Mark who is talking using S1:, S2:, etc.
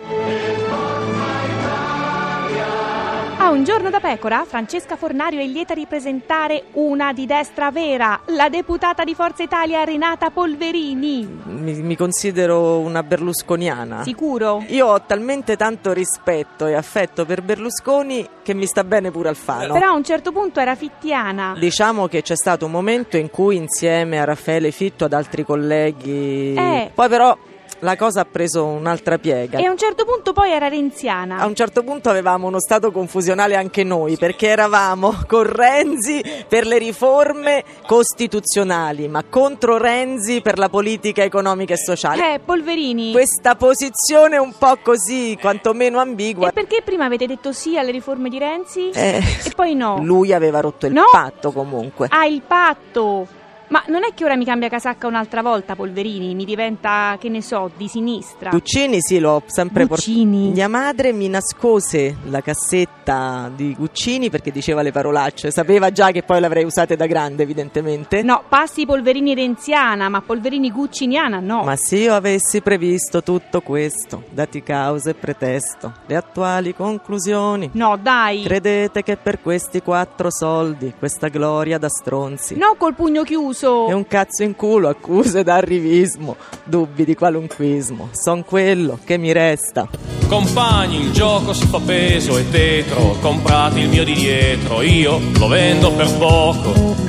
S1: A Ah, un giorno da pecora, Francesca Fornario è lieta di presentare una di destra vera, la deputata di Forza Italia Renata Polverini.
S2: Mi, mi considero una berlusconiana.
S1: Sicuro?
S2: Io ho talmente tanto rispetto e affetto per Berlusconi che mi sta bene pure Alfano.
S1: Però a un certo punto era fittiana.
S2: Diciamo Ah, che c'è stato un momento in cui insieme a Raffaele Fitto, ad altri colleghi...
S1: Eh.
S2: Poi però la cosa ha preso un'altra piega.
S1: E a un certo punto poi era renziana.
S2: A un certo punto avevamo uno stato confusionale anche noi, perché eravamo con Renzi per le riforme costituzionali, ma contro Renzi per la politica economica e sociale.
S1: Eh, Polverini.
S2: Questa posizione un po' così, quantomeno
S1: E
S2: ambigua.
S1: perché prima avete detto sì alle riforme di Renzi?
S2: Eh,
S1: E poi no.
S2: lui aveva rotto il
S1: No.
S2: patto comunque.
S1: Ah, il patto! Ma non è che ora mi cambia casacca un'altra volta, Polverini? Mi diventa, che ne so, di sinistra.
S2: Guccini sì, l'ho sempre portato.
S1: Guccini.
S2: Mia madre mi nascose la cassetta di Guccini perché diceva le parolacce, sapeva già che poi l'avrei usate da grande evidentemente.
S1: No, passi Polverini renziana, ma Polverini gucciniana no.
S2: Ma se io avessi previsto tutto questo, dati causa e pretesto, le attuali conclusioni,
S1: No, dai.
S2: credete che per questi quattro soldi, questa gloria da stronzi,
S1: No col pugno chiuso.
S2: è un cazzo in culo accuse d'arrivismo, dubbi di qualunquismo, son quello che mi resta.
S3: Compagni, il gioco si fa peso e tetro, comprate il mio di dietro, io lo vendo per poco,